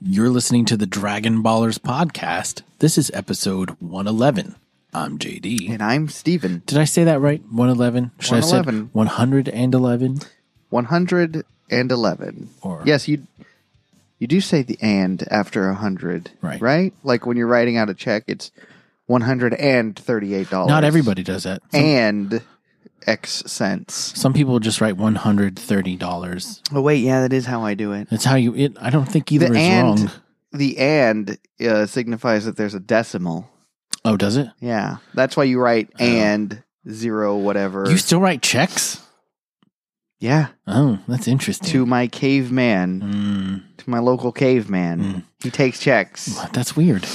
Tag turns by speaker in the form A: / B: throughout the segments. A: You're listening to the Dragon Ballers podcast. This is episode 111. I'm JD.
B: And I'm Steven.
A: Did I say that right? 111? Should I say
B: 111.
A: 111?
B: 111.
A: Or-
B: yes, you you do say the and after 100,
A: Right.
B: Right? Like when you're writing out a check, it's $138.
A: Not everybody does that. Some,
B: And X cents.
A: some people just write $130.
B: Oh wait, yeah, that is how I do it.
A: That's how you. It, I don't think either
B: The
A: is
B: and-
A: wrong.
B: The and uh, signifies that there's a decimal.
A: Oh, does it?
B: Yeah. That's why you write
A: Oh.
B: and zero whatever.
A: You still write checks?
B: yeah,
A: Oh, that's interesting.
B: to my caveman,
A: Mm,
B: to my local caveman.
A: Mm.
B: He takes checks.
A: that's weird.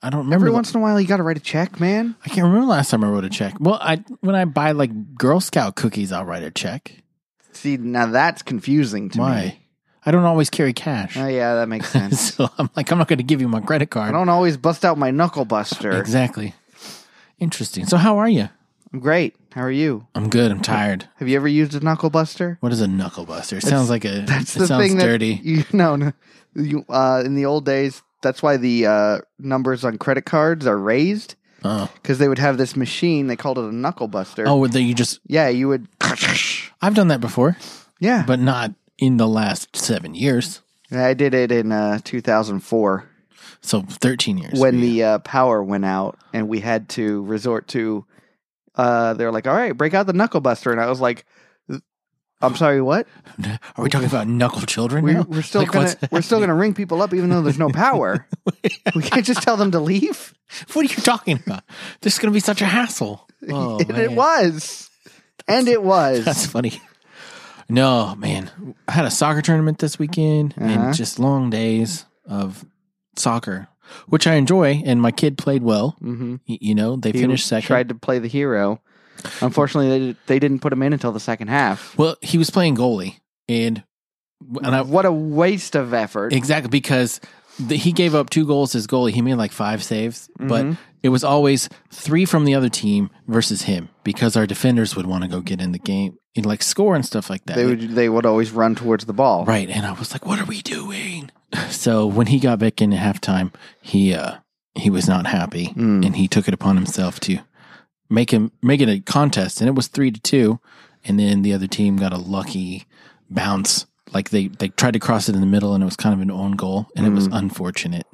A: I don't remember.
B: Every
A: the-
B: once in a while, you got to write a check, man.
A: I can't remember last time I wrote a check. Well, I when I buy like Girl Scout cookies, I'll write a check.
B: See, now that's confusing to
A: Why?
B: me.
A: I don't always carry cash.
B: Oh, yeah, that makes sense.
A: so I'm like, I'm not going to give you my credit
B: I
A: card.
B: don't always bust out my knuckle buster.
A: Exactly. Interesting. So how are you?
B: I'm great. How are you?
A: I'm good. I'm tired.
B: Have you ever used a knuckle buster?
A: What is a knuckle buster? It sounds like a.
B: That's
A: it
B: the
A: sounds
B: thing that
A: dirty.
B: you no, no. You uh, in the old days, that's why the uh, numbers on credit cards are raised
A: oh,
B: because they would have this machine. They called it a knuckle buster.
A: oh, that you just.
B: yeah, you would.
A: I've done that before,
B: Yeah,
A: but not in the last seven years.
B: I did it in uh, 2004.
A: So 13 years.
B: when the uh, power went out and we had to resort to uh they're like all right break out the knuckle buster and i was like i'm sorry what
A: are we talking about knuckle children?
B: we,
A: now?
B: we're still
A: Like,
B: gonna
A: what's-
B: we're still gonna ring people up even though there's no power we can't just tell them to leave
A: What are you talking about? This is going to be such a hassle. Oh,
B: and it
A: man.
B: was and it
A: That's
B: was
A: funny. No, man. I had a soccer tournament this weekend
B: Uh-huh.
A: and just long days of soccer, which I enjoy. And my kid played well.
B: mm-hmm.
A: Y- You know, they finished second.
B: tried to play the hero unfortunately they, did- they didn't put him in until the second half
A: well, he was playing goalie. And, and I,
B: what a waste of effort
A: exactly because the, he gave up two goals as goalie. He made like five saves, but
B: Mhm.
A: it was always three from the other team versus him because our defenders would want to go get in the game and like score and stuff like that.
B: they would they would always run towards the ball
A: Right. And I was like, what are we doing? So when he got back in at halftime, he uh he was not happy
B: Mm.
A: and he took it upon himself to make him make it a contest and it was three to two and then the other team got a lucky bounce. Like they, they tried to cross it in the middle and it was kind of an own goal and it was unfortunate.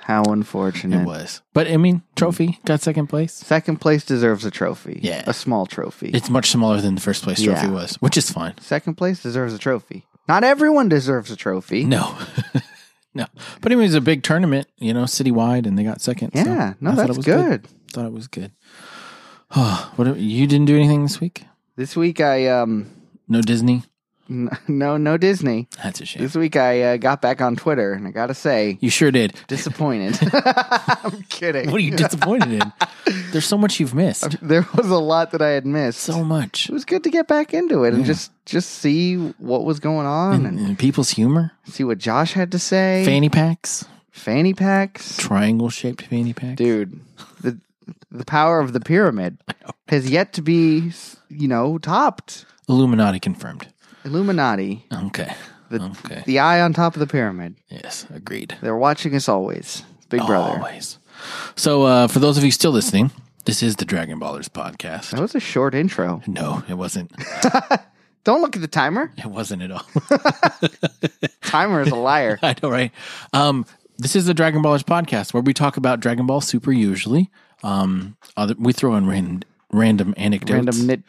B: how unfortunate
A: It was. But I mean, trophy got second place.
B: Second place deserves a trophy.
A: Yeah.
B: A small trophy.
A: It's much smaller than the first place trophy
B: Yeah.
A: was, which is fine.
B: Second place deserves a trophy. Not everyone deserves a trophy.
A: No. no. But it was a big tournament, you know, citywide and they got second. so
B: Yeah, no,
A: I thought it
B: that's
A: was
B: good.
A: Thought it was good. Oh, what you didn't do anything this week?
B: This week I um
A: No Disney.
B: n- no no Disney.
A: That's a shame.
B: This week I uh, got back on Twitter and I gotta say
A: you sure did.
B: disappointed. I'm kidding.
A: What are you disappointed in? There's so much you've missed.
B: there was a lot that I had missed.
A: So much.
B: it was good to get back into it and just just see what was going on and
A: And people's humor,
B: see what Josh had to say.
A: fanny packs,
B: Fanny packs.
A: triangle shaped fanny packs.
B: dude the the power of the pyramid has yet to be you know topped
A: Illuminati confirmed.
B: illuminati
A: Okay.
B: the
A: Oh, Okay.
B: the eye on top of the pyramid
A: Yes, agreed.
B: they're watching us always big brother
A: Always. So, uh, for those of you still listening, this is the Dragon Ballers podcast.
B: that was a short intro
A: No, it wasn't.
B: don't look at the timer
A: It wasn't at all.
B: timer is a liar
A: I know, right? Um, this is the Dragon Ballers podcast where we talk about Dragon Ball Super usually. Um, other, we throw in ran, random anecdotes.
B: random nit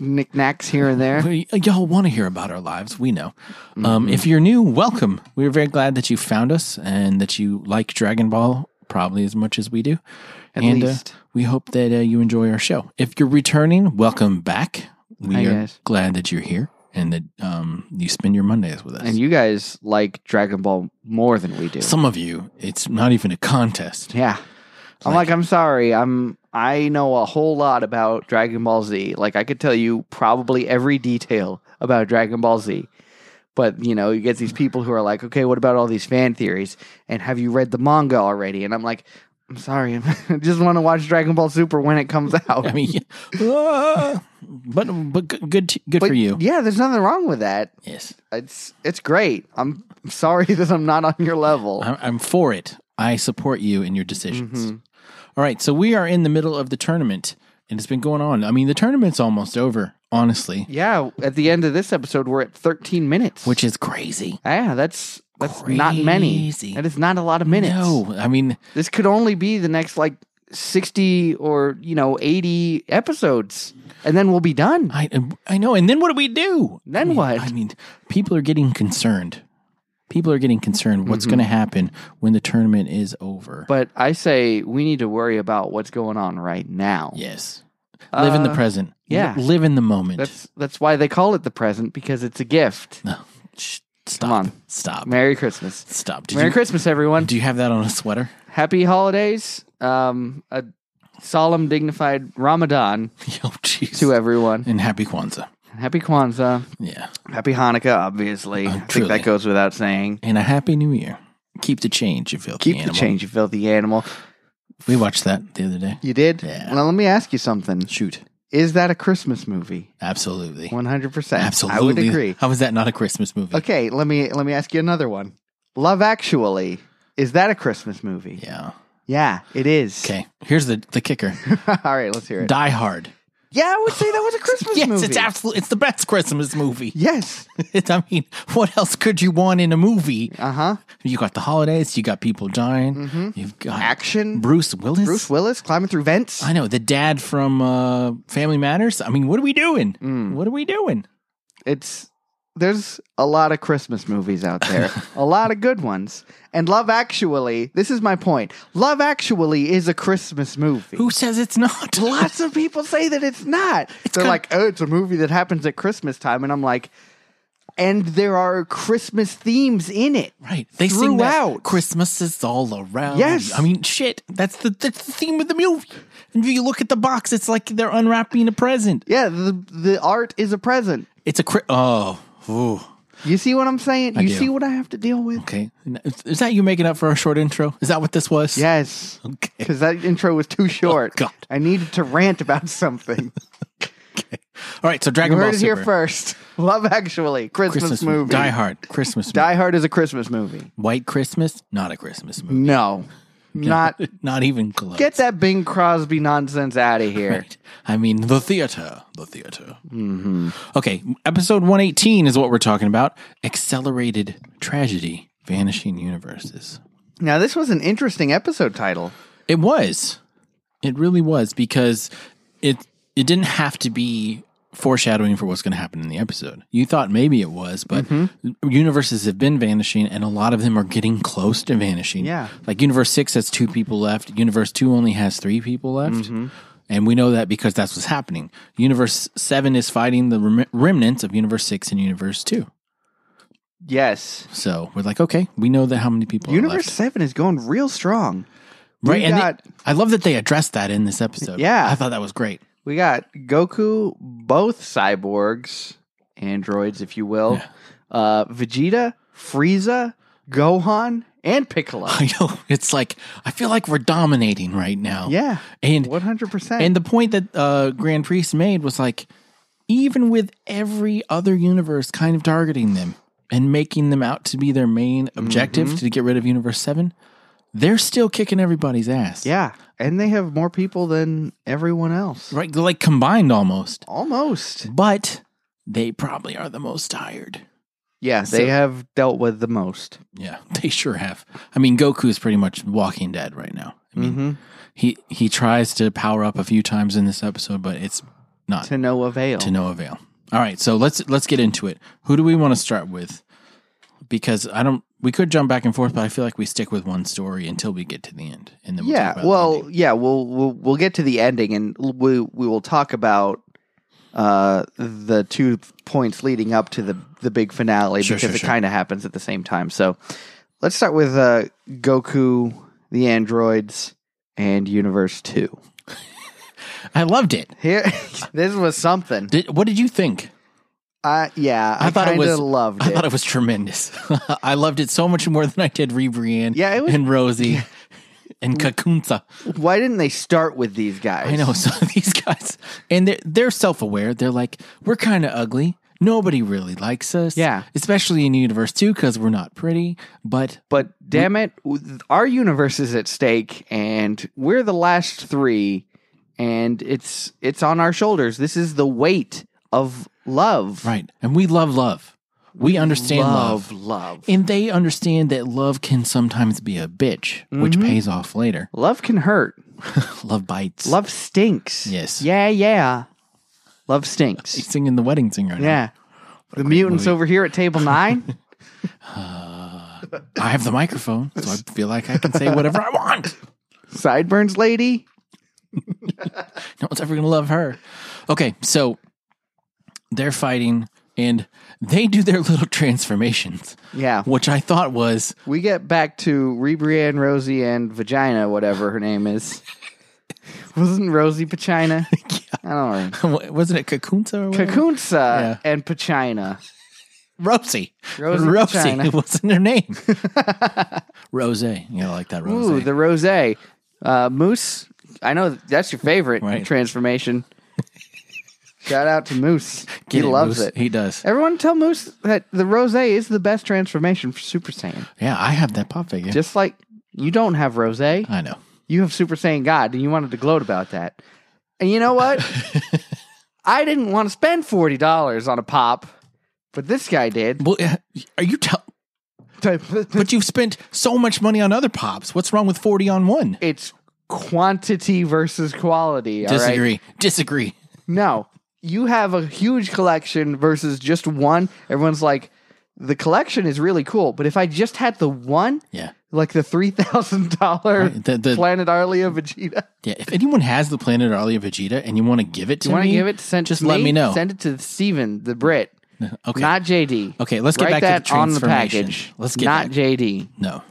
B: knickknacks here and there
A: We- y'all want to hear about our lives. We know.
B: Mm-hmm.
A: Um, if you're new, welcome. We're very glad that you found us and that you like Dragon Ball probably as much as we do.
B: At
A: and
B: least.
A: Uh, we hope that uh, you enjoy our show. If you're returning, welcome back. We
B: Hi,
A: are
B: guys.
A: glad that you're here and that um, you spend your Mondays with us.
B: and you guys like dragon ball more than we do
A: Some of you, it's not even a contest.
B: yeah i'm like i'm sorry i'm i know a whole lot about dragon ball z like i could tell you probably every detail about dragon ball z but you know you get these people who are like okay what about all these fan theories and have you read the manga already and i'm like "Mm, I'm sorry. I just want to watch Dragon Ball Super when it comes out.
A: I mean, ah, but but g- good t- good
B: But
A: for you.
B: Yeah, there's nothing wrong with that.
A: Yes,
B: It's it's great. I'm sorry that I'm not on your level.
A: I'm, I'm for it. I support you in your decisions.
B: Mhm.
A: All right, so we are in the middle of the tournament, and it's been going on. I mean, the tournament's almost over, honestly,
B: Yeah, at the end of this episode, we're at 13 minutes.
A: which is crazy.
B: yeah, that's that's not many.
A: Crazy.
B: That is not a lot of minutes.
A: No, I mean,
B: This could only be the next like 60 or you know 80 episodes, and then we'll be done.
A: I I know. And then what do we do?
B: Then
A: I mean-
B: what?
A: I mean, people are getting concerned. People are getting concerned. What's
B: Mm-hmm.
A: going to happen when the tournament is over?
B: But I say we need to worry about what's going on right now.
A: yes, live in the
B: Uh,
A: present.
B: yeah.
A: Li- live in the moment.
B: That's that's why they call it the present because it's a gift.
A: no, Shh, stop.
B: Come on.
A: Stop.
B: Merry Christmas.
A: stop. Did
B: Merry
A: you,
B: Christmas, everyone.
A: Do you have that on a sweater?
B: Happy holidays. Um, a solemn, dignified Ramadan
A: oh, jeez.
B: to everyone.
A: And happy Kwanzaa.
B: Happy Kwanzaa.
A: Yeah.
B: Happy Hanukkah, obviously.
A: Oh,
B: I think
A: truly.
B: that goes without saying.
A: And a happy New Year. Keep the change, you filthy
B: Keep
A: animal.
B: the change, you filthy animal.
A: We watched that the other day.
B: You did?
A: Yeah.
B: Well, let me ask you something.
A: Shoot.
B: Is that a Christmas movie?
A: Absolutely.
B: 100%.
A: Absolutely.
B: I would agree.
A: How is that not a Christmas movie?
B: Okay, let me let me ask you another one. Love Actually. Is that a Christmas movie?
A: Yeah.
B: Yeah, it is.
A: Okay. Here's the, the kicker.
B: All right, let's hear it.
A: Die Hard.
B: Yeah, I would say that was a Christmas
A: yes,
B: movie.
A: it's absolutely it's the best Christmas movie.
B: Yes.
A: I mean, what else could you want in a movie?
B: Uh huh.
A: You got the holidays, you got people dying, you've got
B: Action.
A: Bruce Willis.
B: Mm-hmm. Bruce Willis climbing through vents.
A: I know the dad from uh, Family Matters. I mean, what are we doing?
B: Mm.
A: What are we doing?
B: It's there's a lot of Christmas movies out there, a lot of good ones. And Love Actually, this is my point. Love Actually is a Christmas movie.
A: Who says it's not?
B: Lots of people say that it's not. They're
A: kind-
B: like, oh, it's a movie that happens at Christmas time, and I'm like, and there are Christmas themes in it.
A: Right. They sing that
B: Throughout.
A: Christmas is all around.
B: Yes.
A: I mean, shit. That's the that's the theme of the movie. And if you look at the box, it's like they're unwrapping a present.
B: Yeah, the the art is a present.
A: It's a cri- oh. Ooh.
B: You see what I'm saying? you
A: do.
B: see what I have to deal with?
A: Okay. Is- Is that you making up for our short intro? Is that what this was?
B: Yes.
A: Okay. Oh,
B: Because that intro was too short.
A: God.
B: I needed to rant about something.
A: All right. So Dragon
B: you
A: Ball
B: heard it
A: Super.
B: here first. Love Actually, Christmas,
A: Christmas
B: movie.
A: Die Hard. Christmas. movie.
B: Die Hard is a Christmas movie.
A: White Christmas. Not a Christmas movie.
B: No, not.
A: Not even close.
B: Get that Bing Crosby nonsense out of here.
A: Right. I mean, the theater. The theater. Mm-hmm. Okay. Episode 118 is what we're talking about. Accelerated tragedy. Vanishing universes.
B: Now, this was an interesting episode title.
A: It was. It really was because it it didn't have to be foreshadowing for what's going to happen in the episode. You thought maybe it was, but
B: Mm-hmm.
A: universes have been vanishing and a lot of them are getting close to vanishing.
B: Yeah.
A: Like universe 6 has 2 people left, universe 2 only has 3 people left.
B: Mm-hmm.
A: And we know that because that's what's happening. Universe 7 is fighting the rem- remnants of universe 6 and universe 2.
B: Yes.
A: So, we're like, okay, we know that how many people are
B: Universe
A: left.
B: 7 is going real strong.
A: Right.
B: we
A: And they-
B: got-
A: I love that they addressed that in this episode.
B: Yeah.
A: I thought that was great.
B: We got Goku, both cyborgs, androids, if you will, uh, Vegeta, Frieza, Gohan, and Piccolo.
A: I know. It's like I feel like we're dominating right now.
B: yeah.
A: And
B: 100%.
A: and the point that uh Grand Priest made was like even with every other universe kind of targeting them and making them out to be their main
B: Mm-hmm.
A: objective to get rid of universe 7, they're still kicking everybody's ass.
B: Yeah, and they have more people than everyone else.
A: Right? They're like combined almost.
B: Almost.
A: But they probably are the most tired.
B: Yeah, they
A: So-
B: have dealt with the most.
A: Yeah, they sure have. I mean, Goku is pretty much walking dead right now. I mean,
B: Mm-hmm.
A: he he tries to power up a few times in this episode, but it's not
B: To no avail.
A: to no avail. All right, so let's let's get into it. Who do we want to start with? Because I don't. We could jump back and forth, but I feel like we stick with one story until we get to the end, and then we'll talk
B: yeah,
A: about the
B: well,
A: ending.
B: yeah, we'll, we'll we'll get to the ending, and l- we we will talk about uh the two points leading up to the the big finale
A: Sure,
B: because
A: sure,
B: it
A: sure.
B: kind of happens at the same time. So let's start with uh Goku, the androids, and Universe Two.
A: I loved it.
B: Here, this was something.
A: Did, what did you think?
B: Uh, yeah, I,
A: I thought it
B: kind
A: was-
B: of loved
A: I
B: it.
A: thought it was tremendous. I loved it so much more than I did Rebrian
B: Yeah, it was-
A: and Rosie and Kakunza.
B: Why didn't they start with these guys?
A: I know. So these guys, and they're they're self aware. They're like, we're kind of ugly. Nobody really likes us.
B: Yeah.
A: especially in Universe Two because we're not pretty. But
B: But damn it, our universe is at stake, and we're the last three, and it's it's on our shoulders. This is the weight of love.
A: right, and we love love. We understand love.
B: love, love.
A: and they understand that love can sometimes be a bitch,
B: Mm-hmm.
A: which pays off later.
B: Love can hurt.
A: love bites.
B: Love stinks.
A: Yes.
B: Yeah, yeah. Love stinks.
A: He's singing the wedding singer. now.
B: yeah. The mutants over here at table nine.
A: I have the microphone, so I feel like I can say whatever I want.
B: Sideburns lady.
A: No one's ever gonna love her. Okay, so they're fighting and they do their little transformations,
B: Yeah.
A: which I thought was
B: We get back to Rebria and Rosie and Vagina, whatever her name is. Wasn't Rosie Pachina? I don't know.
A: wasn't it Kakunta or whatever?
B: Kakunsa
A: Yeah.
B: Mm-hmm. and Pachina.
A: Rosie.
B: Rosie Pachina.
A: wasn't her name. Rose. You know, I like that Rose.
B: Ooh, the rosé. Uh, Moose. I know that's your favorite
A: Right.
B: transformation. Shout out to Moose.
A: Get
B: he loves
A: Moose.
B: it.
A: He does.
B: Everyone tell Moose that the rosé is the best transformation for Super Saiyan.
A: Yeah, I have that pop figure.
B: Just like you don't have rosé,
A: I know.
B: you have Super Saiyan God, and you wanted to gloat about that. And you know what? I didn't want to spend forty dollars on a pop, but this guy did.
A: Well, yeah, are you tell? But you've spent so much money on other pops. What's wrong with forty on one?
B: It's quantity versus quality. all right?
A: Disagree. Disagree.
B: No, you have a huge collection versus just one. Everyone's like, the collection is really cool, but if I just had the one,
A: Yeah.
B: like the three thousand dollar
A: Right, the- the-
B: Planet Arlia Vegeta,
A: Yeah, if anyone has the planet Arlia Vegeta and you want to give it to
B: you want to
A: me,
B: give it? Send
A: just
B: to
A: let me know.
B: Send it to Steven, the Brit,
A: okay,
B: not JD.
A: okay. Let's get back
B: Write that
A: to the
B: on the
A: transformation.
B: package.
A: Let's get
B: not
A: back.
B: JD.
A: no,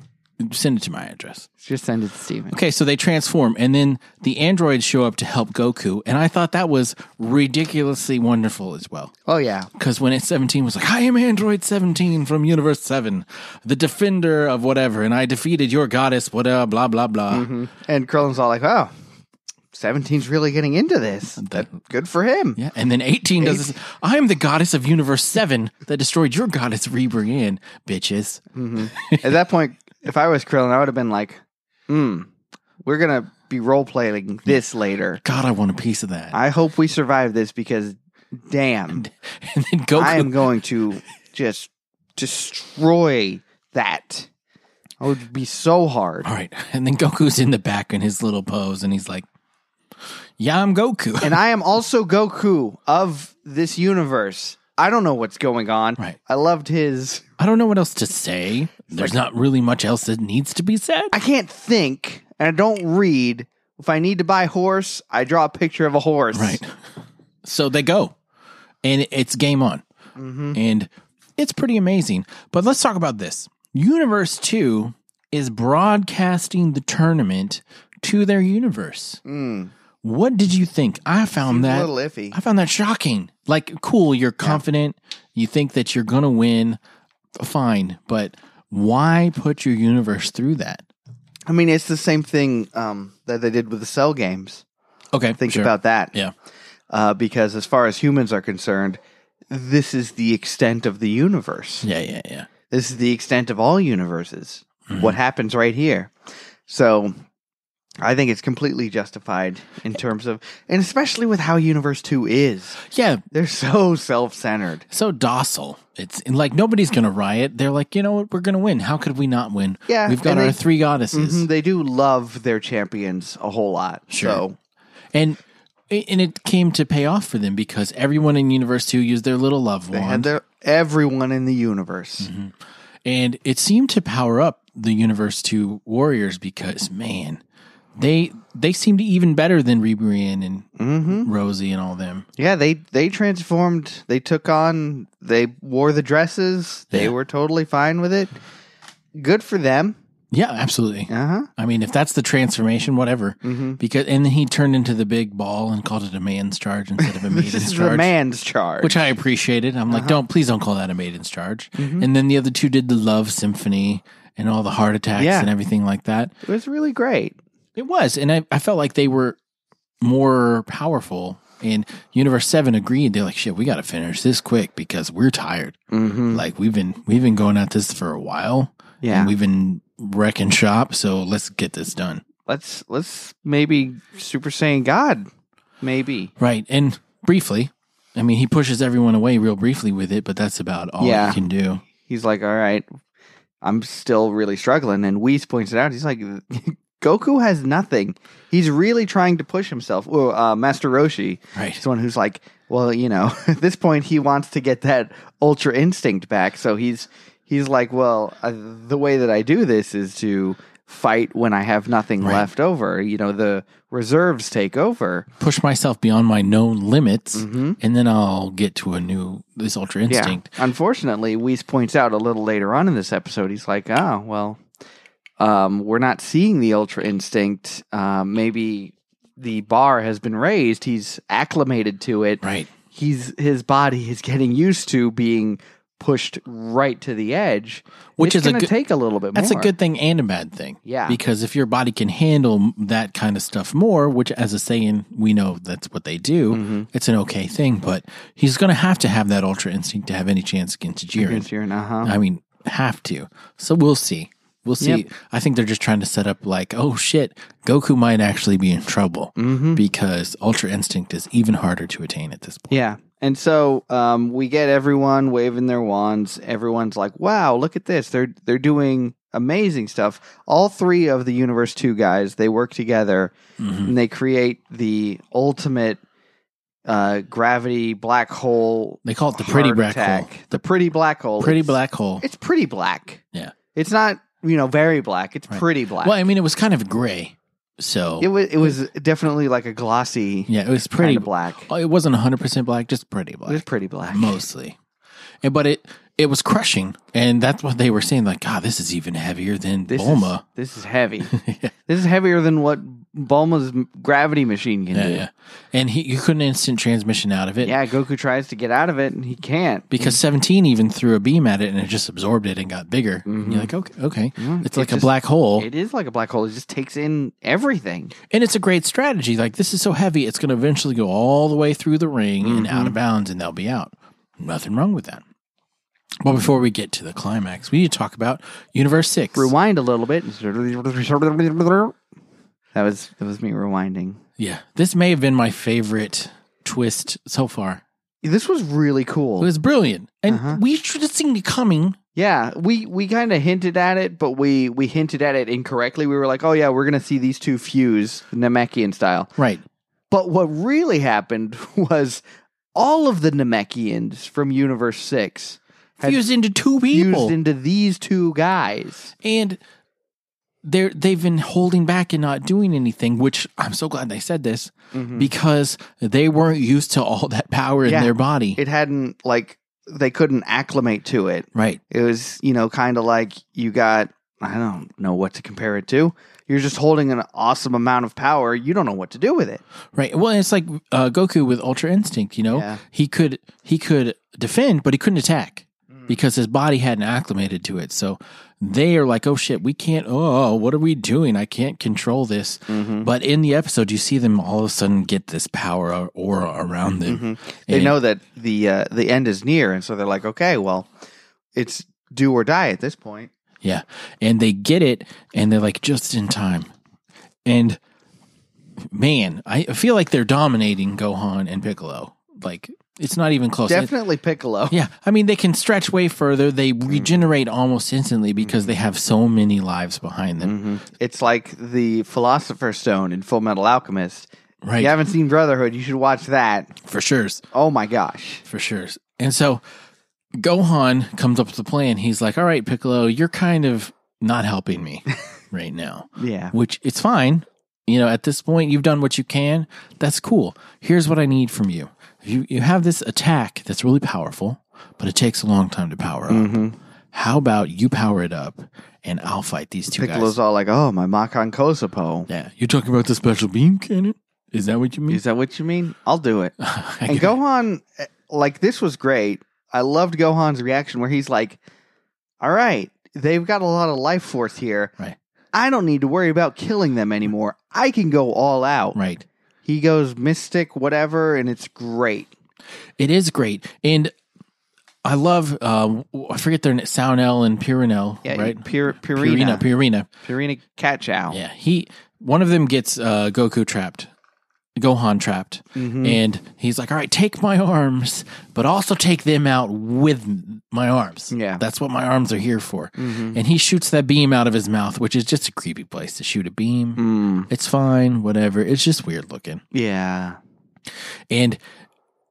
A: send it to my address.
B: Just send it to Steven.
A: Okay, so they transform, and then the androids show up to help Goku, and I thought that was ridiculously wonderful as well.
B: Oh yeah,
A: Because when it's 17 was like, I am Android 17 from Universe 7, the defender of whatever, and I defeated your goddess, whatever, blah, blah, blah.
B: and Krillin's all like, "Oh, 17's really getting into this. That, good for him."
A: Yeah, and then 18 does this. I am the goddess of Universe 7 that destroyed your goddess, Rebrianne, bitches.
B: At that point, if I was Krillin, I would have been like, hmm, we're going to be role playing this later.
A: God, I want a piece of that.
B: I hope we survive this because, damn,
A: and then Goku,
B: I am going to just destroy that. I would be so hard.
A: all right, and then Goku's in the back in his little pose, and he's like, "Yeah, I'm Goku."
B: And I am also Goku of this universe. I don't know what's going on.
A: Right.
B: I loved his.
A: I don't know what else to say. There's not really much else that needs to be said.
B: I can't think and I don't read. If I need to buy horse, I draw a picture of a horse.
A: Right. So they go, and it's game on,
B: Mm-hmm.
A: and it's pretty amazing. But let's talk about this. Universe Two is broadcasting the tournament to their universe. What did you think? I found that
B: Mm. A little iffy.
A: I found that shocking. Like, cool, you're confident, you think that you're gonna win, fine, but why put your universe through that?
B: I mean, it's the same thing um, that they did with the cell games.
A: Okay,
B: Think
A: sure.
B: about that.
A: yeah,
B: Uh, because as far as humans are concerned, this is the extent of the universe.
A: yeah, yeah, yeah.
B: This is the extent of all universes.
A: Mm-hmm.
B: What happens right here. So I think it's completely justified in terms of, and especially with how Universe 2 is.
A: Yeah,
B: They're so self centered.
A: so docile. It's and, like nobody's gonna riot. They're like, you know what, we're gonna win. How could we not win?
B: Yeah,
A: we've got
B: and
A: our
B: they-
A: three goddesses,
B: Mm-hmm. They do love their champions a whole lot.
A: Sure.
B: So,
A: and and it came to pay off for them because everyone in Universe Two used their little love
B: they had
A: wand,
B: their, everyone in the universe.
A: Mm-hmm. and it seemed to power up the Universe Two warriors because man, they they seemed even better than Reburian and
B: Mm-hmm.
A: Rosie and all them.
B: Yeah, they they transformed. They took on. They wore the dresses. They
A: Yeah.
B: were totally fine with it. Good for them.
A: Yeah, absolutely.
B: Uh huh.
A: I mean, if that's the transformation, whatever.
B: Mm-hmm.
A: Because and then he turned into the big ball and called it a man's charge instead of a maiden's
B: This is
A: charge.
B: the man's charge.
A: which I appreciated. I'm
B: Uh-huh.
A: like, don't please don't call that a maiden's charge.
B: Mm-hmm.
A: And then the other two did the love symphony and all the heart attacks
B: Yeah.
A: and everything like that.
B: it was really great.
A: It was, and I, I felt like they were more powerful. And Universe Seven agreed. They're like, "Shit, we got to finish this quick because we're tired.
B: Mm-hmm.
A: Like we've been we've been going at this for a while,
B: Yeah.
A: and we've been wrecking shop. So let's get this done,
B: let's let's maybe Super Saiyan God. Maybe.
A: right?" And briefly, I mean, he pushes everyone away real briefly with it, but that's about all
B: Yeah.
A: he can do.
B: He's like, all right, I'm still really struggling. And Whis points it out. He's like, Goku has nothing. He's really trying to push himself. Well, uh, Master Roshi
A: Right?
B: is one who's like, well, you know, at this point he wants to get that Ultra Instinct back. So he's he's like, well, uh, the way that I do this is to fight when I have nothing
A: Right.
B: left over. You know, the reserves take over.
A: Push myself beyond my known limits,
B: Mm-hmm.
A: and then I'll get to a new this Ultra Instinct.
B: Yeah. Unfortunately, Weiss points out a little later on in this episode, he's like, oh, well, um, we're not seeing the Ultra Instinct. Uh, maybe the bar has been raised. He's acclimated to it.
A: Right.
B: He's His body is getting used to being pushed right to the edge,
A: Which
B: it's
A: is a
B: going to
A: good-
B: take a little bit
A: That's
B: more.
A: a good thing and a bad thing.
B: Yeah.
A: Because if your body can handle m- that kind of stuff more, which as a saying, we know that's what they do,
B: Mhm.
A: it's an okay thing. But he's going to have to have that ultra instinct to have any chance against Jiren.
B: Against Jiren, uh-huh.
A: I mean, have to. So we'll see. We'll see.
B: Yep.
A: I think they're just trying to set up like, oh shit, Goku might actually be in trouble
B: Mhm.
A: because Ultra Instinct is even harder to attain at this point.
B: Yeah. And so um, we get everyone waving their wands. Everyone's like, "Wow, look at this! They're they're doing amazing stuff." All three of the Universe Two guys they work together
A: Mhm.
B: and they create the ultimate uh, gravity black hole.
A: They call it the pretty
B: heart
A: black
B: attack.
A: hole.
B: The pretty black hole.
A: Pretty
B: It's-
A: black hole.
B: It's pretty black.
A: Yeah.
B: It's not you know very black. It's
A: Right.
B: pretty black.
A: Well, I mean, it was kind of gray. So
B: it was it was definitely like a glossy
A: yeah, it was pretty
B: kind of black.
A: Oh, it wasn't 100% black, just pretty
B: It was
A: black,
B: pretty black.
A: mostly. And, but it it was crushing, and that's what they were saying. Like, God, this is even heavier than
B: This
A: Bulma.
B: Is, this is heavy.
A: yeah,
B: This is heavier than what Bulma's m- gravity machine can
A: yeah,
B: do.
A: yeah. And he, you couldn't instant transmission out of it
B: Yeah, Goku tries to get out of it and he can't.
A: because 17 even threw a beam at it, and it just absorbed it and got bigger. And you're like, okay, okay, it's
B: Mhm. Mm-hmm. It
A: like a
B: just-
A: black hole,
B: It is like a black hole. It just takes in everything.
A: and it's a great strategy. Like, this is so heavy, it's going to eventually go all the way through the ring and out
B: Mm-hmm.
A: of bounds, and they'll be out. Nothing wrong with that. But before we get to the climax, we need to talk about Universe Six.
B: Rewind a little bit. That was that was me rewinding.
A: Yeah, this may have been my favorite twist so far.
B: This was really
A: It
B: cool.
A: was brilliant, and
B: Uh-huh.
A: we should have seen it coming.
B: Yeah, we we kind of hinted at it, but we we hinted at it incorrectly. We were like, "Oh yeah, we're going to see these two fuse Namekian style."
A: Right,
B: But what really happened was all of the Namekians from Universe 6 had
A: fused into two people,
B: fused into these two guys.
A: and they they've been holding back and not doing anything. Which I'm so glad they said this Mm-hmm. because they weren't used to all that power
B: Hmm. Yeah.
A: in their body.
B: It hadn't like they couldn't acclimate to it.
A: right,
B: It was, you know, kind of like you got I don't know what to compare it to. You're just holding an awesome amount of power. You don't know what to do with it.
A: right. Well, it's like uh, Goku with Ultra Instinct. You know,
B: Yeah.
A: he could he could defend, but he couldn't attack. because his body hadn't acclimated to it. So they are like, oh shit, we can't, oh, what are we doing? I can't control this.
B: Mhm.
A: But in the episode, you see them all of a sudden get this power or aura around them.
B: Mhm. They
A: And-
B: know that the uh, the end is near, and so they're like, okay, well, it's do or die at this point.
A: Yeah. And they get it and they're like, just in time. And man, I feel like they're dominating Gohan and Piccolo. Like, it's not even close. It-
B: Definitely Piccolo.
A: Yeah, I mean they can stretch way further. They regenerate almost instantly because they have so many lives behind them.
B: It's like the Philosopher's Stone in Full Metal Alchemist.
A: Right,
B: You haven't seen Brotherhood, you should watch that.
A: for sure.
B: Oh my gosh.
A: for sure. And so Gohan comes up with a plan. He's like, "All right, Piccolo, you're kind of not helping me right now."
B: Yeah.
A: Which it's fine. You know, at this point, you've done what you can. That's cool. Here's what I need from you. You you have this attack that's really powerful, but it takes a long time to power up.
B: Mm.
A: How about you power it up and I'll fight these two
B: Piccolo's
A: guys?
B: all like, oh, my Makan Kosopo.
A: Yeah, you're talking about the special beam cannon. Is that what you mean?
B: Is that what you mean? I'll do it.
A: I
B: And
A: got-
B: Gohan, eh, like, this was great. I loved Gohan's reaction where he's like, all right, they've got a lot of life force here.
A: Right.
B: I don't need to worry about killing them anymore. I can go all out.
A: Right.
B: He goes mystic, whatever, and it's great.
A: It is great, and I love. Uh, I forget their na- Sounel and Pirinel,
B: Yeah,
A: right?
B: Pir- Purina. Purina,
A: Purina.
B: Cat Chow.
A: Yeah, he. One of them gets uh, Goku trapped, Gohan trapped,
B: Mhm.
A: and he's like, "All right, take my arms, but also take them out with my arms.
B: Yeah.
A: that's what my arms are here for."
B: Mhm.
A: And he shoots that beam out of his mouth, which is just a creepy place to shoot a beam.
B: Mm,
A: It's fine, whatever. It's just weird looking.
B: yeah.
A: And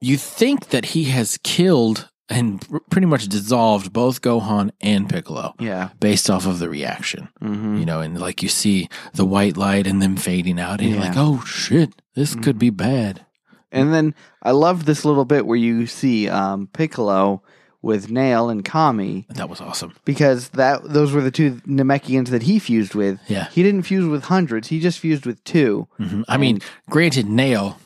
A: you think that he has killed and pr- pretty much dissolved both Gohan and Piccolo
B: Yeah.
A: based off of the reaction,
B: hmm
A: you know, and like you see the white light and them fading out, and you're
B: Yeah.
A: like,
B: Mm.
A: oh shit, this could be bad.
B: And then I love this little bit where you see um, Piccolo with Nail and Kami
A: That was awesome.
B: because that those were the two Namekians that he fused with.
A: Yeah.
B: He didn't fuse with hundreds. He just fused with two.
A: Mhm. I mean, granted, Nail,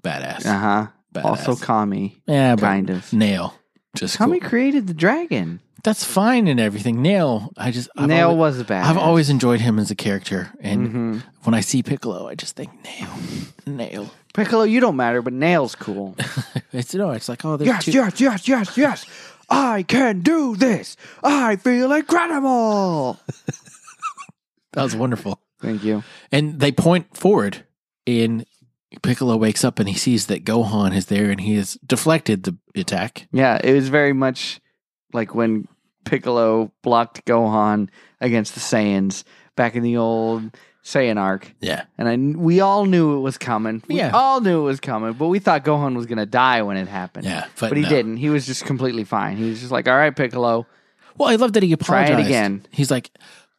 A: badass.
B: Uh huh.
A: Uh-huh. badass.
B: Also Kami.
A: yeah, but
B: Kind of.
A: Nail. Just
B: Kami
A: cool.
B: created the dragon.
A: That's fine and everything. Nail, I just I've
B: Nail
A: always,
B: was a badass.
A: I've always enjoyed him as a character, and
B: Mhm.
A: when I see Piccolo, I just think Nail, Nail.
B: Piccolo, you don't matter, but Nail's cool.
A: It's no, it's like oh, there's
B: yes,
A: two.
B: yes, yes, yes, yes. I can do this. I feel incredible.
A: That was wonderful.
B: Thank you.
A: And they point forward, and Piccolo wakes up and he sees that Gohan is there, and he has deflected the attack.
B: Yeah, it was very much like when Piccolo blocked Gohan against the Saiyans back in the old Saiyan arc.
A: Yeah,
B: And I, kn- we all knew it was coming. We
A: Yeah.
B: all knew it was coming, but we thought Gohan was going to die when it happened.
A: yeah, but,
B: But, he
A: no.
B: didn't. He was just completely fine. He was just like, all right, Piccolo.
A: Well, I love that he
B: Try it
A: apologized
B: again.
A: He's like,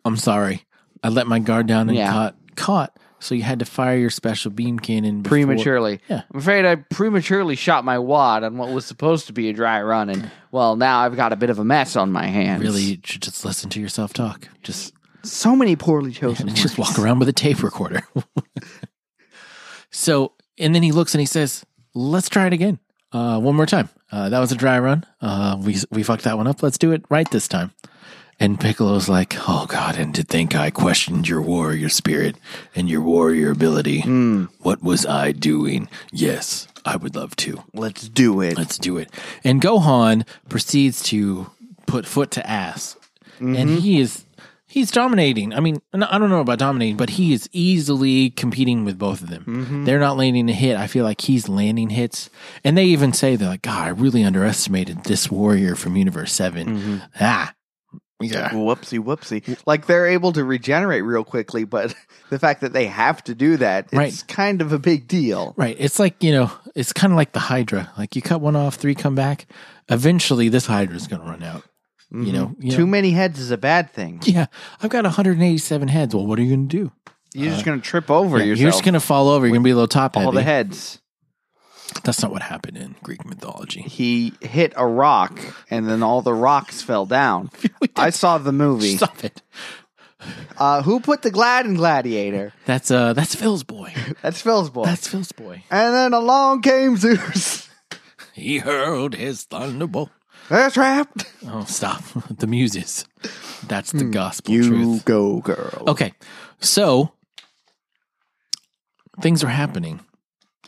A: "I'm sorry, I let my guard down and
B: Yeah.
A: caught caught." So you had to fire your special beam cannon before-
B: prematurely.
A: Yeah.
B: I'm afraid I prematurely shot my wad on what was supposed to be a dry run, and well, now I've got a bit of a mess on my hands.
A: Really, you should just listen to yourself talk. Just
B: so many poorly chosen. words.
A: just walk around with a tape recorder. so, and then he looks and he says, "Let's try it again, uh, one more time. Uh, that was a dry run. Uh, we we fucked that one up. Let's do it right this time." And Piccolo's like, "Oh God! And to think I questioned your warrior spirit and your warrior ability. What was I doing? Yes, I would love to.
B: Let's do it.
A: Let's do it." And Gohan proceeds to put foot to ass, and he is he's dominating. I mean, n- I don't know about dominating, but he is easily competing with both of them. They're not landing a hit. I feel like he's landing hits, and they even say they're like, "God, I really underestimated this warrior from Universe 7 Ah, yeah,
B: Whoopsie, whoopsie. Like they're able to regenerate real quickly, but the fact that they have to do that, it's
A: Right.
B: kind of a big deal.
A: right. It's like you know, it's kind of like the Hydra. Like you cut one off, three come back. Eventually, this Hydra is going to run out. You know, you
B: Too
A: know.
B: many heads is a bad thing.
A: yeah. I've got 187 heads. Well, what are you going to do?
B: You're just going to trip
A: Uh-huh.
B: over
A: Yeah,
B: yourself.
A: you're just going to fall over. You're going to be a little top
B: all
A: heavy.
B: the heads.
A: That's not what happened in Greek mythology.
B: He hit a rock, and then all the rocks fell down. I saw the movie.
A: Stop it.
B: Uh, who put the Glad in Gladiator?
A: That's uh that's Phil's boy.
B: That's Phil's boy.
A: That's Phil's boy.
B: and then along came Zeus.
A: He hurled his thunderbolt.
B: They're trapped.
A: Oh, stop. the muses. That's
B: Hmm.
A: the gospel truth. Oh.
B: go, girl.
A: Okay. So things are happening.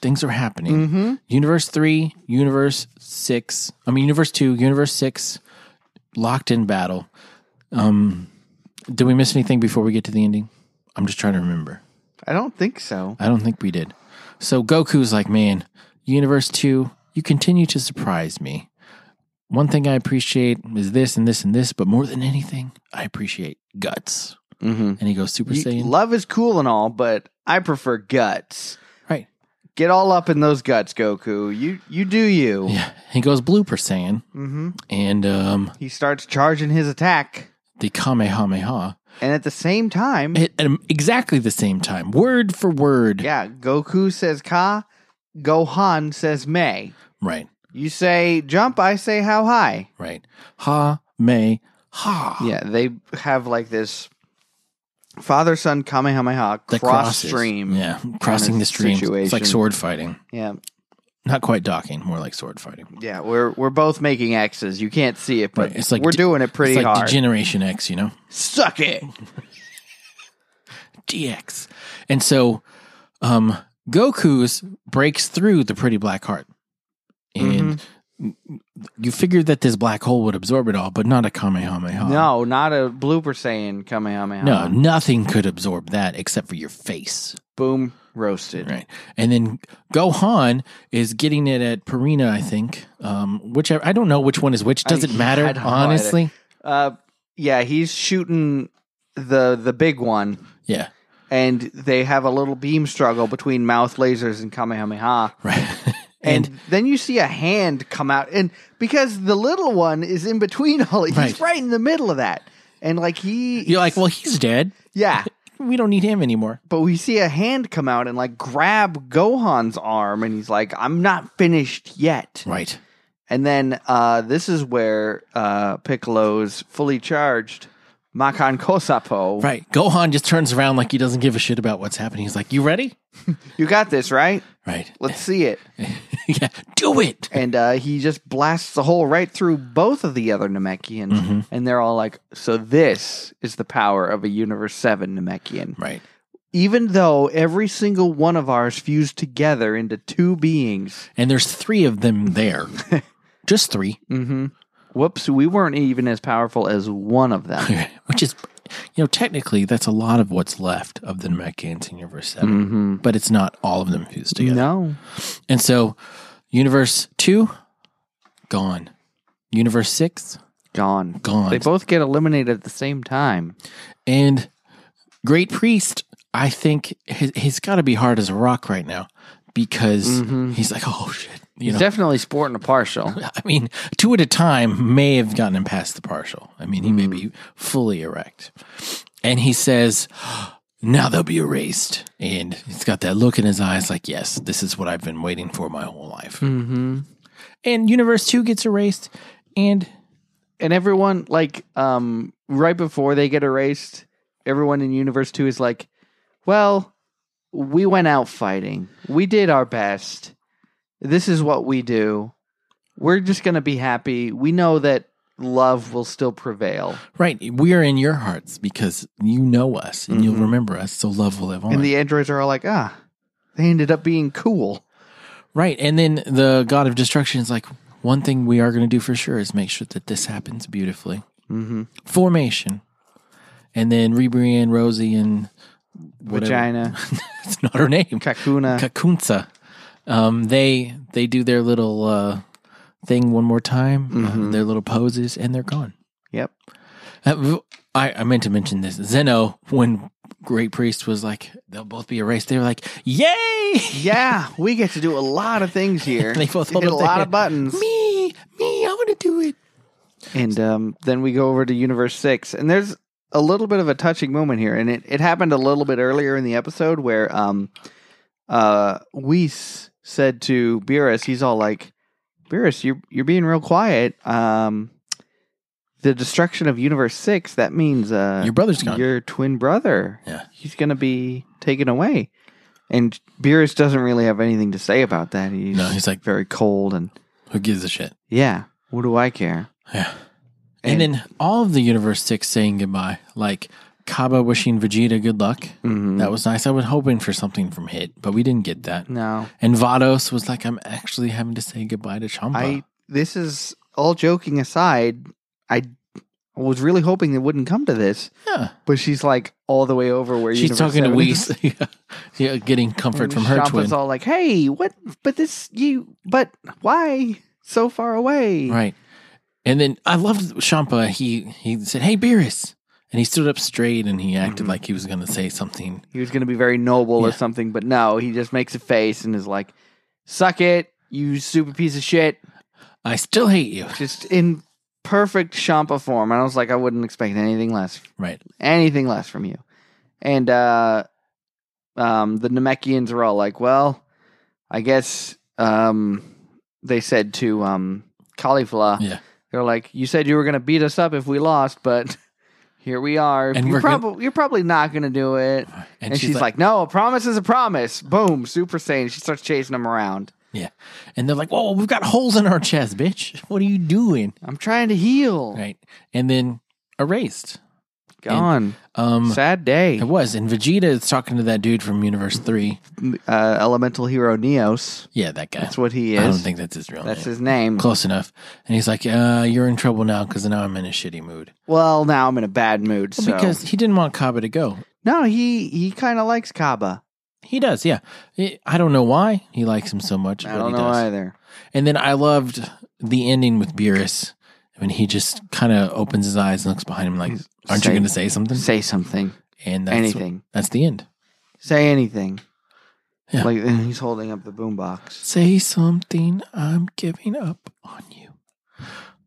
A: Things are happening.
B: Mm-hmm.
A: Universe 3, Universe 6. I mean Universe 2, Universe 6 locked in battle. Um did we miss anything before we get to the ending? I'm just trying to remember.
B: I don't think so.
A: I don't think we did. So Goku's like, man, Universe 2, you continue to surprise me. One thing I appreciate is this and this and this, but more than anything, I appreciate guts.
B: Mm-hmm.
A: And he goes Super
B: You-
A: Saiyan.
B: love is cool and all, but I prefer guts.
A: right.
B: Get all up in those guts, Goku. You you do you.
A: Yeah. He goes Blooper Saiyan.
B: hmm
A: And um,
B: He starts charging his attack,
A: the Kamehameha
B: and at the same time,
A: at, at exactly the same time, word for word.
B: yeah, Goku says Ka, Gohan says May.
A: Right.
B: You say jump, I say how high.
A: Right. Ha, me, ha.
B: Yeah, they have like this father son Kamehameha
A: The
B: cross
A: crosses.
B: stream.
A: Yeah. Crossing the stream. It's
B: situation.
A: like sword fighting.
B: yeah,
A: Not quite docking, more like sword fighting.
B: yeah, We're we're both making X's. You can't see it, but
A: Right, it's like
B: we're
A: de-
B: doing it pretty
A: it's like
B: hard.
A: Degeneration X, you know?
B: Suck it.
A: DX. And so um, Goku's breaks through the pretty black heart. And
B: Mm-hmm.
A: you figured that this black hole would absorb it all, but not a Kamehameha.
B: No, not a blooper saying Kamehameha.
A: No, nothing could absorb that except for your face.
B: Boom, roasted.
A: Right. And then Gohan is getting it at Purina, I think. Um, whichever I don't know which one is which.
B: I-
A: Doesn't matter,
B: I don't know either.
A: honestly.
B: Uh, yeah, he's shooting the the big one,
A: Yeah.
B: and they have a little beam struggle between mouth lasers and Kamehameha.
A: Right.
B: And,
A: and
B: then you see a hand come out, and because the little one is in between all, he's
A: Right.
B: right, in the middle of that, and like he,
A: you're like, well, he's dead.
B: yeah.
A: We don't need him anymore.
B: But we see a hand come out and like grab Gohan's arm, and he's like, "I'm not finished yet."
A: Right.
B: And then uh, this is where uh, Piccolo's fully charged Makan Kosapo.
A: Right. Gohan just turns around like he doesn't give a shit about what's happening. He's like, You ready?
B: You got this, right?
A: Right.
B: Let's see it.
A: yeah. Do it.
B: And uh, he just blasts the hole right through both of the other Namekians.
A: Mm-hmm.
B: And they're all like, so this is the power of a Universe 7 Namekian.
A: Right.
B: Even though every single one of ours fused together into two beings.
A: And there's three of them there. just three.
B: Mm-hmm. Whoops, we weren't even as powerful as one of them.
A: Which is you know, technically that's a lot of what's left of the Namekians in Universe 7
B: mm-hmm.
A: But it's not all of them fused together.
B: No.
A: And so, Universe 2, gone. Universe 6,
B: Gone.
A: gone.
B: They both get eliminated at the same time.
A: and Great Priest, I think he- he's got to be hard as a rock right now because he's like, oh shit. You know,
B: Definitely sporting a partial.
A: I mean, two at a time may have gotten him past the partial. I mean, he may be fully erect. And he says, now they'll be erased. And he's got that look in his eyes like, yes, this is what I've been waiting for my whole life.
B: mm-hmm.
A: And Universe 2 gets erased. And
B: And everyone, like, um, right before they get erased, everyone in Universe 2 is like, well, we went out fighting. We did our best. This is what we do. We're just going to be happy. We know that love will still prevail.
A: Right. We are in your hearts because you know us and you'll
B: Mhm.
A: remember us. So love will live on.
B: And the androids are all like, ah, they ended up being cool.
A: right. And then the God of Destruction is like, one thing we are going to do for sure is make sure that this happens beautifully.
B: Mm-hmm.
A: Formation. And then Rebri and Rosie and whatever.
B: Vagina,
A: it's not her name.
B: Kakuna.
A: Kakunsa. Um, they they do their little uh, thing one more time, uh,
B: Mm-hmm.
A: their little poses, and they're gone.
B: yep.
A: Uh, I, I meant to mention this. Zeno, when Great Priest was like, they'll both be erased, they were like, Yay!
B: Yeah, we get to do a lot of things here.
A: They both
B: hit
A: hold
B: a
A: up their
B: lot
A: hand.
B: of buttons.
A: Me, me, I want to do it.
B: And um, then we go over to Universe 6, and there's a little bit of a touching moment here, and it, it happened a little bit earlier in the episode where um, uh, Whis said to Beerus, he's all like, Beerus, you're, you're being real quiet. Um, the destruction of Universe 6, that means uh,
A: Your brother's gone.
B: your twin brother.
A: Yeah.
B: He's going to be taken away. And Beerus doesn't really have anything to say about that. He's,
A: No, he's like-
B: very cold and
A: Who gives a shit?
B: yeah, what do I care?
A: Yeah. And, then all of the Universe 6 saying goodbye, like Kaba wishing Vegeta good luck.
B: Mhm.
A: That was nice. I was hoping for something from Hit, but we didn't get that.
B: No,
A: And Vados was like, I'm actually having to say goodbye to Champa.
B: I. This is all joking aside. I was really hoping it wouldn't come to this,
A: yeah.
B: but she's like all the way over where
A: She's
B: Universe
A: talking to
B: 7 is.
A: Whis, yeah. yeah, getting comfort
B: And
A: from her
B: Shampa's
A: twin.
B: all like, "Hey, what? But this you? But why so far away?
A: Right. And then I loved Shampa. He he said, "Hey, Beerus," and he stood up straight and he
B: Mm-hmm.
A: acted like he was going to say something.
B: He was going to be very noble or
A: Yeah.
B: something, but no, he just makes a face and is like, "Suck it, you stupid piece of shit."
A: I still hate you.
B: Just in perfect Shampa form, and I was like, I wouldn't expect anything less
A: Right.
B: anything less from you. And uh, um, the Namekians are all like, well, I guess um, they said to um, Caulifla,
A: Yeah.
B: they're like, you said you were going to beat us up if we lost, but here we are.
A: And
B: you're,
A: we're gonna-
B: probably you're probably not going to do it. And, she's, like, no, a promise is a promise. Boom, Super Saiyan. She starts chasing them around.
A: "Yeah," and they're like, "Whoa, we've got holes in our chest, bitch. What are you doing?"
B: I'm trying to heal.
A: Right. And then erased.
B: gone.
A: Um,
B: Sad day.
A: it was, and Vegeta is talking to that dude from Universe Three.
B: Uh, elemental hero Neos.
A: Yeah, that guy.
B: That's what he
A: I don't
B: is.
A: think that's his real
B: That's
A: name.
B: his name.
A: Close enough. And he's like, uh, "You're in trouble now because now I'm in a shitty mood."
B: Well, now I'm in a bad mood.
A: Well,
B: so
A: Because he didn't want Kaba to go.
B: no, he he kind of likes Kaba.
A: He does, yeah. I- I don't know why he likes him so much.
B: I
A: but
B: don't
A: he
B: know
A: does.
B: either.
A: And then I loved the ending with Beerus when he just kind of opens his eyes and looks behind him like, "Aren't
B: Say-
A: you going to say something?"
B: say something?
A: And that's
B: anything?
A: that's the end.
B: Say anything?
A: Yeah.
B: Like and he's holding up the boombox.
A: Say something. I'm giving up on you.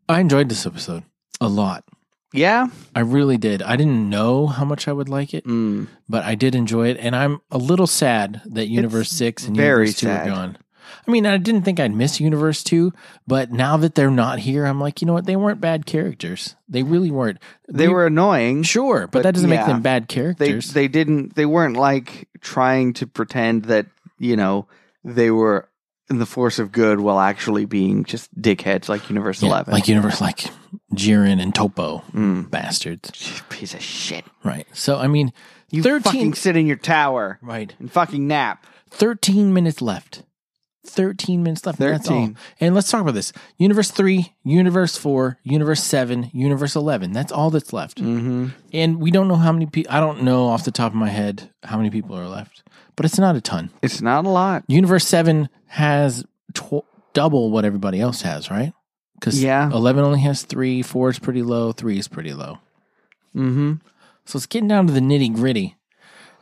A: I enjoyed this episode a lot.
B: Yeah.
A: I really did. I didn't know how much I would like it,
B: Mm.
A: but I did enjoy it, and I'm a little sad that Universe Six and
B: very
A: Universe Two
B: sad.
A: are gone. I mean, I didn't think I'd miss Universe Two, but now that they're not here, I'm like, you know what? They weren't bad characters. They really weren't.
B: They
A: We-
B: were annoying.
A: sure, but,
B: but
A: that doesn't make
B: yeah.
A: them bad
B: They
A: characters.
B: they didn't they weren't like trying to pretend that, you know, they were in the force of good while actually being just dickheads like Universe
A: Yeah,
B: 11.
A: like Universe, like Jiren and Topo,
B: Mm.
A: bastards.
B: Piece of shit.
A: Right. So I mean,
B: You
A: 13
B: fucking sit in your tower
A: right.
B: and fucking nap.
A: 13 minutes left. 13 minutes left. and That's all.
B: 13.
A: And let's talk about this. Universe 3, Universe 4, Universe 7, Universe 11. That's all that's left.
B: Mm-hmm.
A: And we don't know how many people, I don't know off the top of my head how many people are left, but it's not a ton.
B: It's not a lot.
A: Universe 7 has tw- double what everybody else has, right? Because
B: Yeah.
A: 11 only has three, four is pretty low, three is pretty low.
B: Mm-hmm.
A: So it's getting down to the nitty gritty.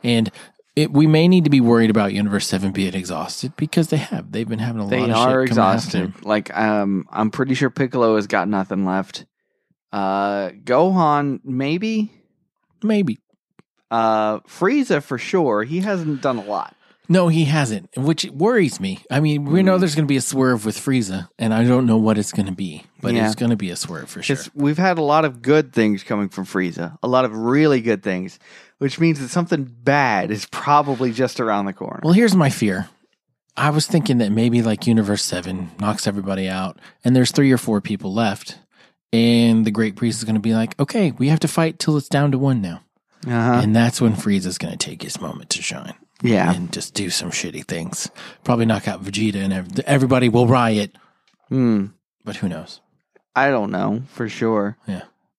A: And it, we may need to be worried about Universe 7 being exhausted because they have. They've been having a
B: They
A: lot of
B: are
A: shit coming after them.
B: exhausted. Like um I'm pretty sure Piccolo has got nothing left. Uh Gohan maybe
A: Maybe.
B: uh Frieza for sure. He hasn't done a lot.
A: No, he hasn't, which worries me. I mean, we know
B: Mm.
A: there's going to be a swerve with Frieza, and I don't know what it's going to be, but
B: Yeah.
A: it's going to be a swerve for sure.
B: It's- We've had a lot of good things coming from Frieza, a lot of really good things, which means that something bad is probably just around the corner.
A: Well, here's my fear. I was thinking that maybe like Universe 7 knocks everybody out, and there's three or four people left, and the Great Priest is going to be like, okay, we have to fight till it's down to one now.
B: Uh-huh.
A: And that's when Frieza's going to take his moment to shine.
B: Yeah.
A: and just do some shitty things. Probably knock out Vegeta and ev- everybody will riot,
B: Hmm.
A: but who knows?
B: I don't know for sure.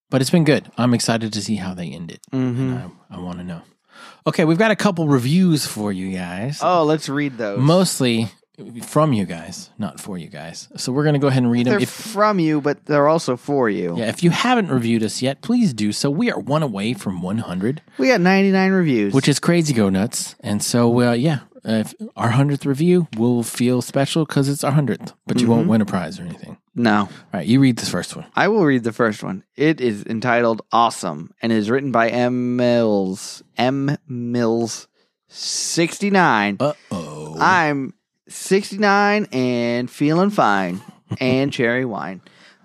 A: But it's been good. I'm excited to see how they end it.
B: hmm
A: I, I want to know. Okay, we've got a couple reviews for you guys.
B: Oh, let's read those.
A: Mostly from you guys, not for you guys. So we're going to go ahead and read
B: they're
A: them. If,
B: from you, but they're also for you.
A: yeah, if you haven't reviewed us yet, please do so. We are one away from 100,
B: We got 99 reviews.
A: which is crazy go nuts. And so, uh, yeah, if our 100th review will feel special because it's our 100th, but you won't win a prize or anything.
B: no.
A: All right, you read this first one.
B: I will read the first one. It is entitled Awesome and is written by M. Mills. M. Mills 69.
A: Uh oh.
B: I'm 69 and feeling fine and cherry wine.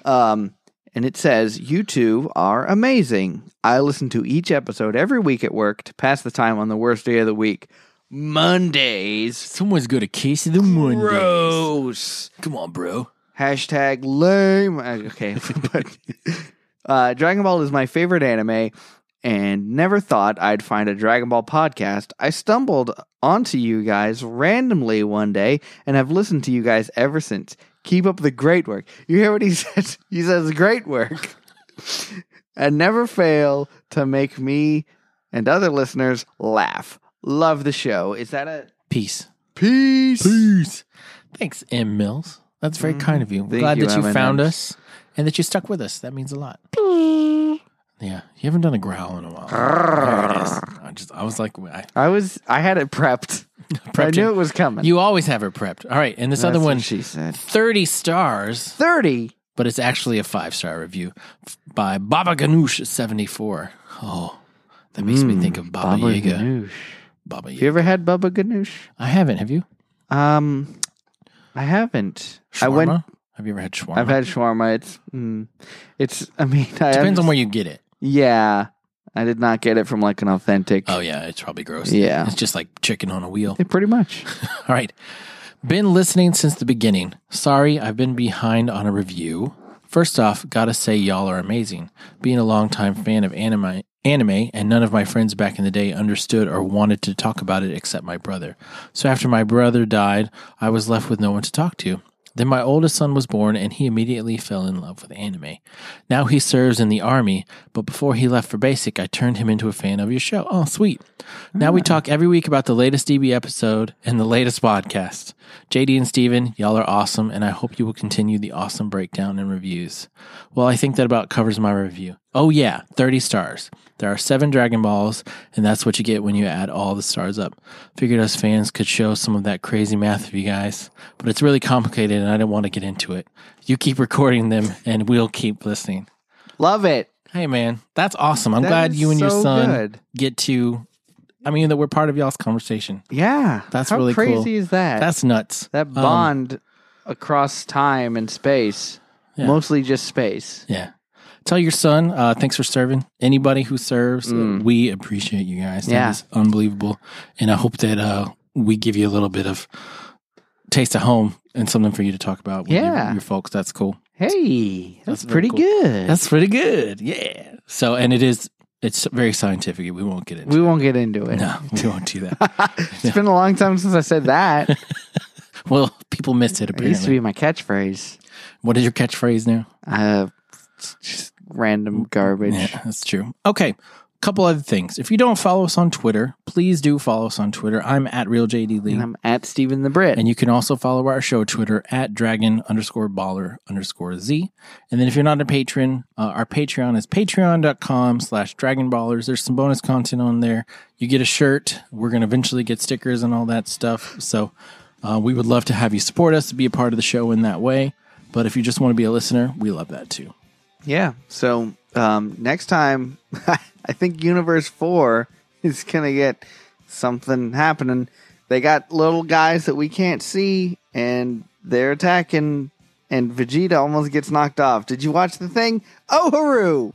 B: Um, and it says, You two are amazing. I listen to each episode every week at work to pass the time on the worst day of the week Mondays.
A: Someone's got a case of the Mondays.
B: Gross.
A: Come on, bro.
B: Hashtag lame. Uh, Okay, but uh, Dragon Ball is my favorite anime, and never thought I'd find a Dragon Ball podcast. I stumbled onto you guys randomly one day, and I've listened to you guys ever since. Keep up the great work. You hear what he says? He says great work, and never fail to make me and other listeners laugh. Love the show. Is that a
A: Peace.
B: peace? Mm-hmm.
A: Peace. Thanks, M. Mills. That's very kind of you. We're
B: Thank
A: Glad
B: you,
A: that you
B: M&Ms.
A: found us and that you stuck with us. That means a lot. Yeah, you haven't done a growl in a while. There it is. I just, I was like, I
B: I was. I had it prepped. I
A: prepped
B: knew
A: you.
B: it was coming.
A: You always have it prepped. All right, and this
B: That's
A: other
B: what
A: one,
B: she said.
A: thirty stars,
B: Thirty.
A: but it's actually a five star review f- by Baba Ganoush seventy four. Oh, that makes me think of Baba, Yaga.
B: Hmm, Ganoush.
A: Baba
B: You
A: Yaga.
B: ever had Baba Ganoush?
A: I haven't. Have you?
B: Um, I haven't. I went.
A: Shawarma? Have you ever had shawarma?
B: I've had shawarma. It's. Mm, it's. I mean, I
A: Depends on
B: haven't-
A: where you get it.
B: Yeah, I did not get it from like an authentic.
A: Oh yeah, it's probably gross.
B: Yeah.
A: It's just like chicken on a wheel.
B: Yeah, pretty much.
A: All right. Been listening since the beginning. Sorry, I've been behind on a review. First off, gotta say y'all are amazing. Being a longtime fan of anime anime, and none of my friends back in the day understood or wanted to talk about it except my brother. So after my brother died, I was left with no one to talk to. Then my oldest son was born, and he immediately fell in love with anime. Now he serves in the army, but before he left for basic, I turned him into a fan of your show. Oh, sweet. Now we talk every week about the latest DB episode and the latest podcast. JD and Steven, y'all are awesome, and I hope you will continue the awesome breakdown and reviews. Well, I think that about covers my review. Oh, yeah, 30 stars. There are seven Dragon Balls, and that's what you get when you add all the stars up. Figured us fans could show some of that crazy math of you guys, but it's really complicated, and I don't want to get into it. You keep recording them, and we'll keep listening.
B: Love it.
A: Hey, man, that's awesome. I'm
B: That
A: glad
B: is
A: you and your
B: so
A: son
B: good.
A: get to, I mean, that we're part of y'all's conversation.
B: Yeah.
A: That's
B: How
A: really cool.
B: crazy is that?
A: That's um, nuts.
B: that bond across time and space.
A: Yeah.
B: Mostly just space.
A: Yeah. Tell your son, uh, thanks for serving. Anybody who serves, uh, we appreciate you guys. That
B: Mm. Yeah.
A: is unbelievable. And I hope that uh, we give you a little bit of taste of home and something for you to talk about with your-
B: Yeah.
A: your folks. That's cool.
B: Hey, that's,
A: That's very
B: pretty
A: cool.
B: good.
A: That's pretty good. Yeah. So, and it is, it's very scientific. We won't get into
B: we won't get into it.
A: No, we won't do that.
B: It's been a long time since I said that. it
A: well, people miss it apparently.
B: used to be my catchphrase.
A: What is your catchphrase now?
B: Uh, it's just random garbage.
A: Mm, Yeah, that's true. Okay. Couple other things. If you don't follow us on Twitter, please do follow us on Twitter. I'm at RealJDLee.
B: And I'm at Stephen the Brit.
A: And you can also follow our show Twitter at dragon underscore baller underscore Z. And then if you're not a patron, uh, our Patreon is patreon.com slash dragon ballers. There's some bonus content on there. You get a shirt. We're going to eventually get stickers and all that stuff. So uh, we would love to have you support us, be a part of the show in that way. But if you just want to be a listener, we love that too.
B: Yeah. So um, next time, I think Universe 4 is going to get something happening. They got little guys that we can't see, and they're attacking, and Vegeta almost gets knocked off. Did you watch the thing? Oh, hooroo!